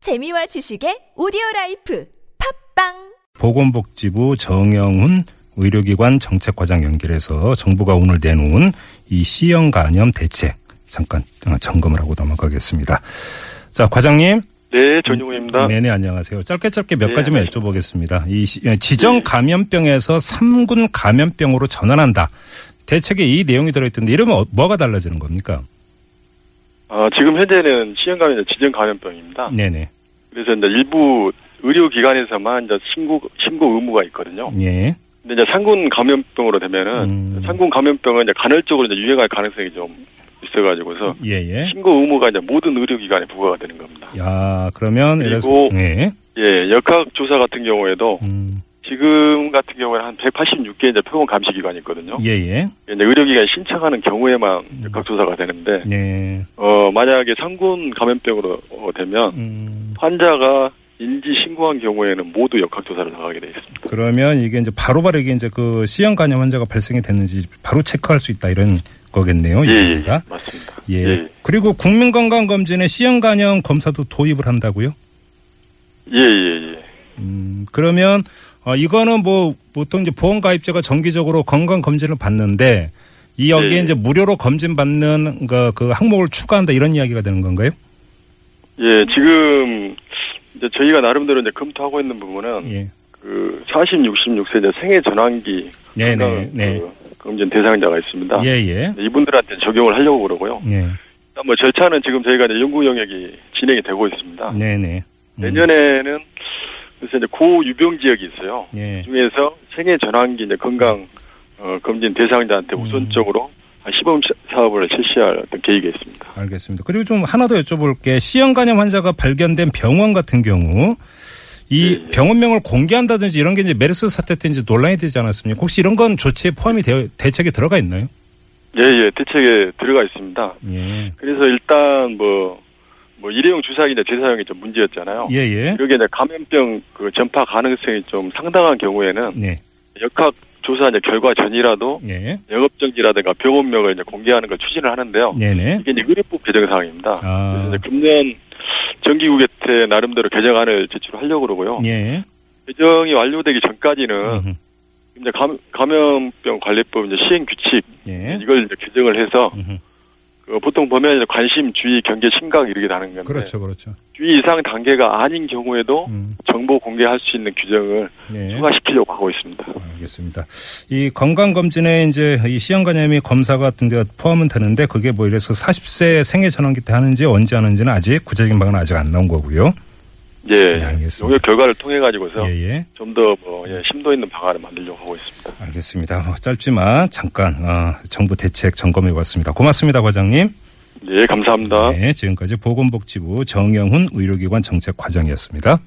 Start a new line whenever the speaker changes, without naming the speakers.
재미와 지식의 오디오 라이프 팝빵
보건복지부 정영훈 의료기관 정책과장 연결해서 정부가 오늘 내놓은 이 C형 간염 대책 잠깐 어, 점검을 하고 넘어가겠습니다. 자 과장님,
네, 전용호입니다.
네네 안녕하세요. 짧게 짧게 몇
네,
가지만 여쭤보겠습니다. 이 시- 예, 지정 감염병에서 삼군 감염병으로 전환한다. 대책에 이 내용이 들어있던데 이러면 어- 뭐가 달라지는 겁니까?
아, 지금 현재는 시행감염 지정 감염병입니다.
네네.
그래서 이제 일부 의료기관에서만 이제 신고 신고 의무가 있거든요.
예.
근데 이제 상군 감염병으로 되면은
음.
상군 감염병은 이제 간헐적으로 이제 유행할 가능성이 좀 있어가지고서
예예.
신고 의무가 이제 모든 의료기관에 부과가 되는 겁니다.
야 그러면
그리고-
예.
예, 역학조사 같은 경우에도
음,
지금 같은 경우에는 한 186개 이제 평원 감시기관이 있거든요.
예예.
이제 의료기관이 신청하는
음.
경우에만 역학조사가 되는데
예.
어 만약에 상군 감염병으로 어, 되면
음.
환자가 인지 신고한 경우에는 모두 역학조사를 나가게 돼 있습니다.
그러면 이게 이제 바로바로 이게 이제 그 C형 간염 환자가 발생이 됐는지 바로 체크할 수 있다 이런 거겠네요. 이 얘기가.
맞습니다.
예.
예, 예,
그리고 국민건강검진에 C형 간염 검사도 도입을 한다고요?
예, 예.
음, 그러면 어, 이거는 뭐 보통 이제 보험가입자가 정기적으로 건강검진을 받는데 이 여기에
예.
이제 무료로 검진받는 그, 그 항목을 추가한다 이런 이야기가 되는 건가요?
예, 지금 이제 저희가 나름대로 이제 검토하고 있는 부분은
예.
그 40, 66세 이제 생애 전환기
네, 네,
건강
네.
그 검진 대상자가 있습니다.
예, 예.
이분들한테 적용을 하려고 그러고요.
예.
일단 뭐 절차는 지금 저희가 이제 연구 영역이 진행이 되고 있습니다.
네, 네. 음,
내년에는 그래서 이제 고유병 지역이 있어요.
예.
중에서 생애 전환기 이제 건강 어, 검진
음.
대상자한테 우선적으로 한 시범 시- 사업을 실시할 어떤 계획이 있습니다.
알겠습니다. 그리고 좀 하나 더 여쭤볼 게 C형 간염 환자가 발견된 병원 같은 경우 이
예, 예.
병원명을 공개한다든지 이런 게 이제 메르스 사태 때 이제 논란이 되지 않았습니까? 혹시 이런 건 조치에 포함이 되어 대책에 들어가 있나요?
예예 대책에 들어가 있습니다.
예.
그래서 일단 뭐, 뭐 일회용 주사기나 재사용이 좀 문제였잖아요.
예, 예.
이렇게 이제 감염병 그 전파 가능성이 좀 상당한 경우에는
네.
역학 조사 이제 결과 전이라도
예.
영업 정지라든가 병원명을 이제 공개하는 걸 추진을 하는데요.
네, 네.
이게 이제 의료법 개정 사항입니다.
아.
그래서 이제 금년 정기국회에 나름대로 개정안을 제출하려고 그러고요.
예.
개정이 완료되기 전까지는
음흠.
이제 감, 감염병 관리법 이제 시행 규칙
예.
이걸 이제 규정을 해서
음흠.
그 보통 보면 이제 관심, 주의, 경계, 심각 이렇게 나는 건데
그렇죠, 그렇죠.
주의 이상 단계가 아닌 경우에도
음.
정보 공개할 수 있는 규정을
예.
추가시키려고 하고 있습니다.
알겠습니다. 이 건강검진에 이제 이 시험관염이 검사 같은 데 포함은 되는데 그게 뭐 이래서 40세 생애 전환기 때 하는지 언제 하는지는 아직 구체적인 방은 아직 안 나온 거고요.
예,
네, 알겠습니다.
용역 결과를 통해 가지고서
예, 예.
좀 더 뭐, 예, 심도 있는 방안을 만들려고 하고 있습니다.
알겠습니다. 어, 짧지만 잠깐 어, 정부 대책 점검해 봤습니다. 고맙습니다, 과장님.
예, 감사합니다.
네, 지금까지 보건복지부 정영훈 의료기관 정책과장이었습니다.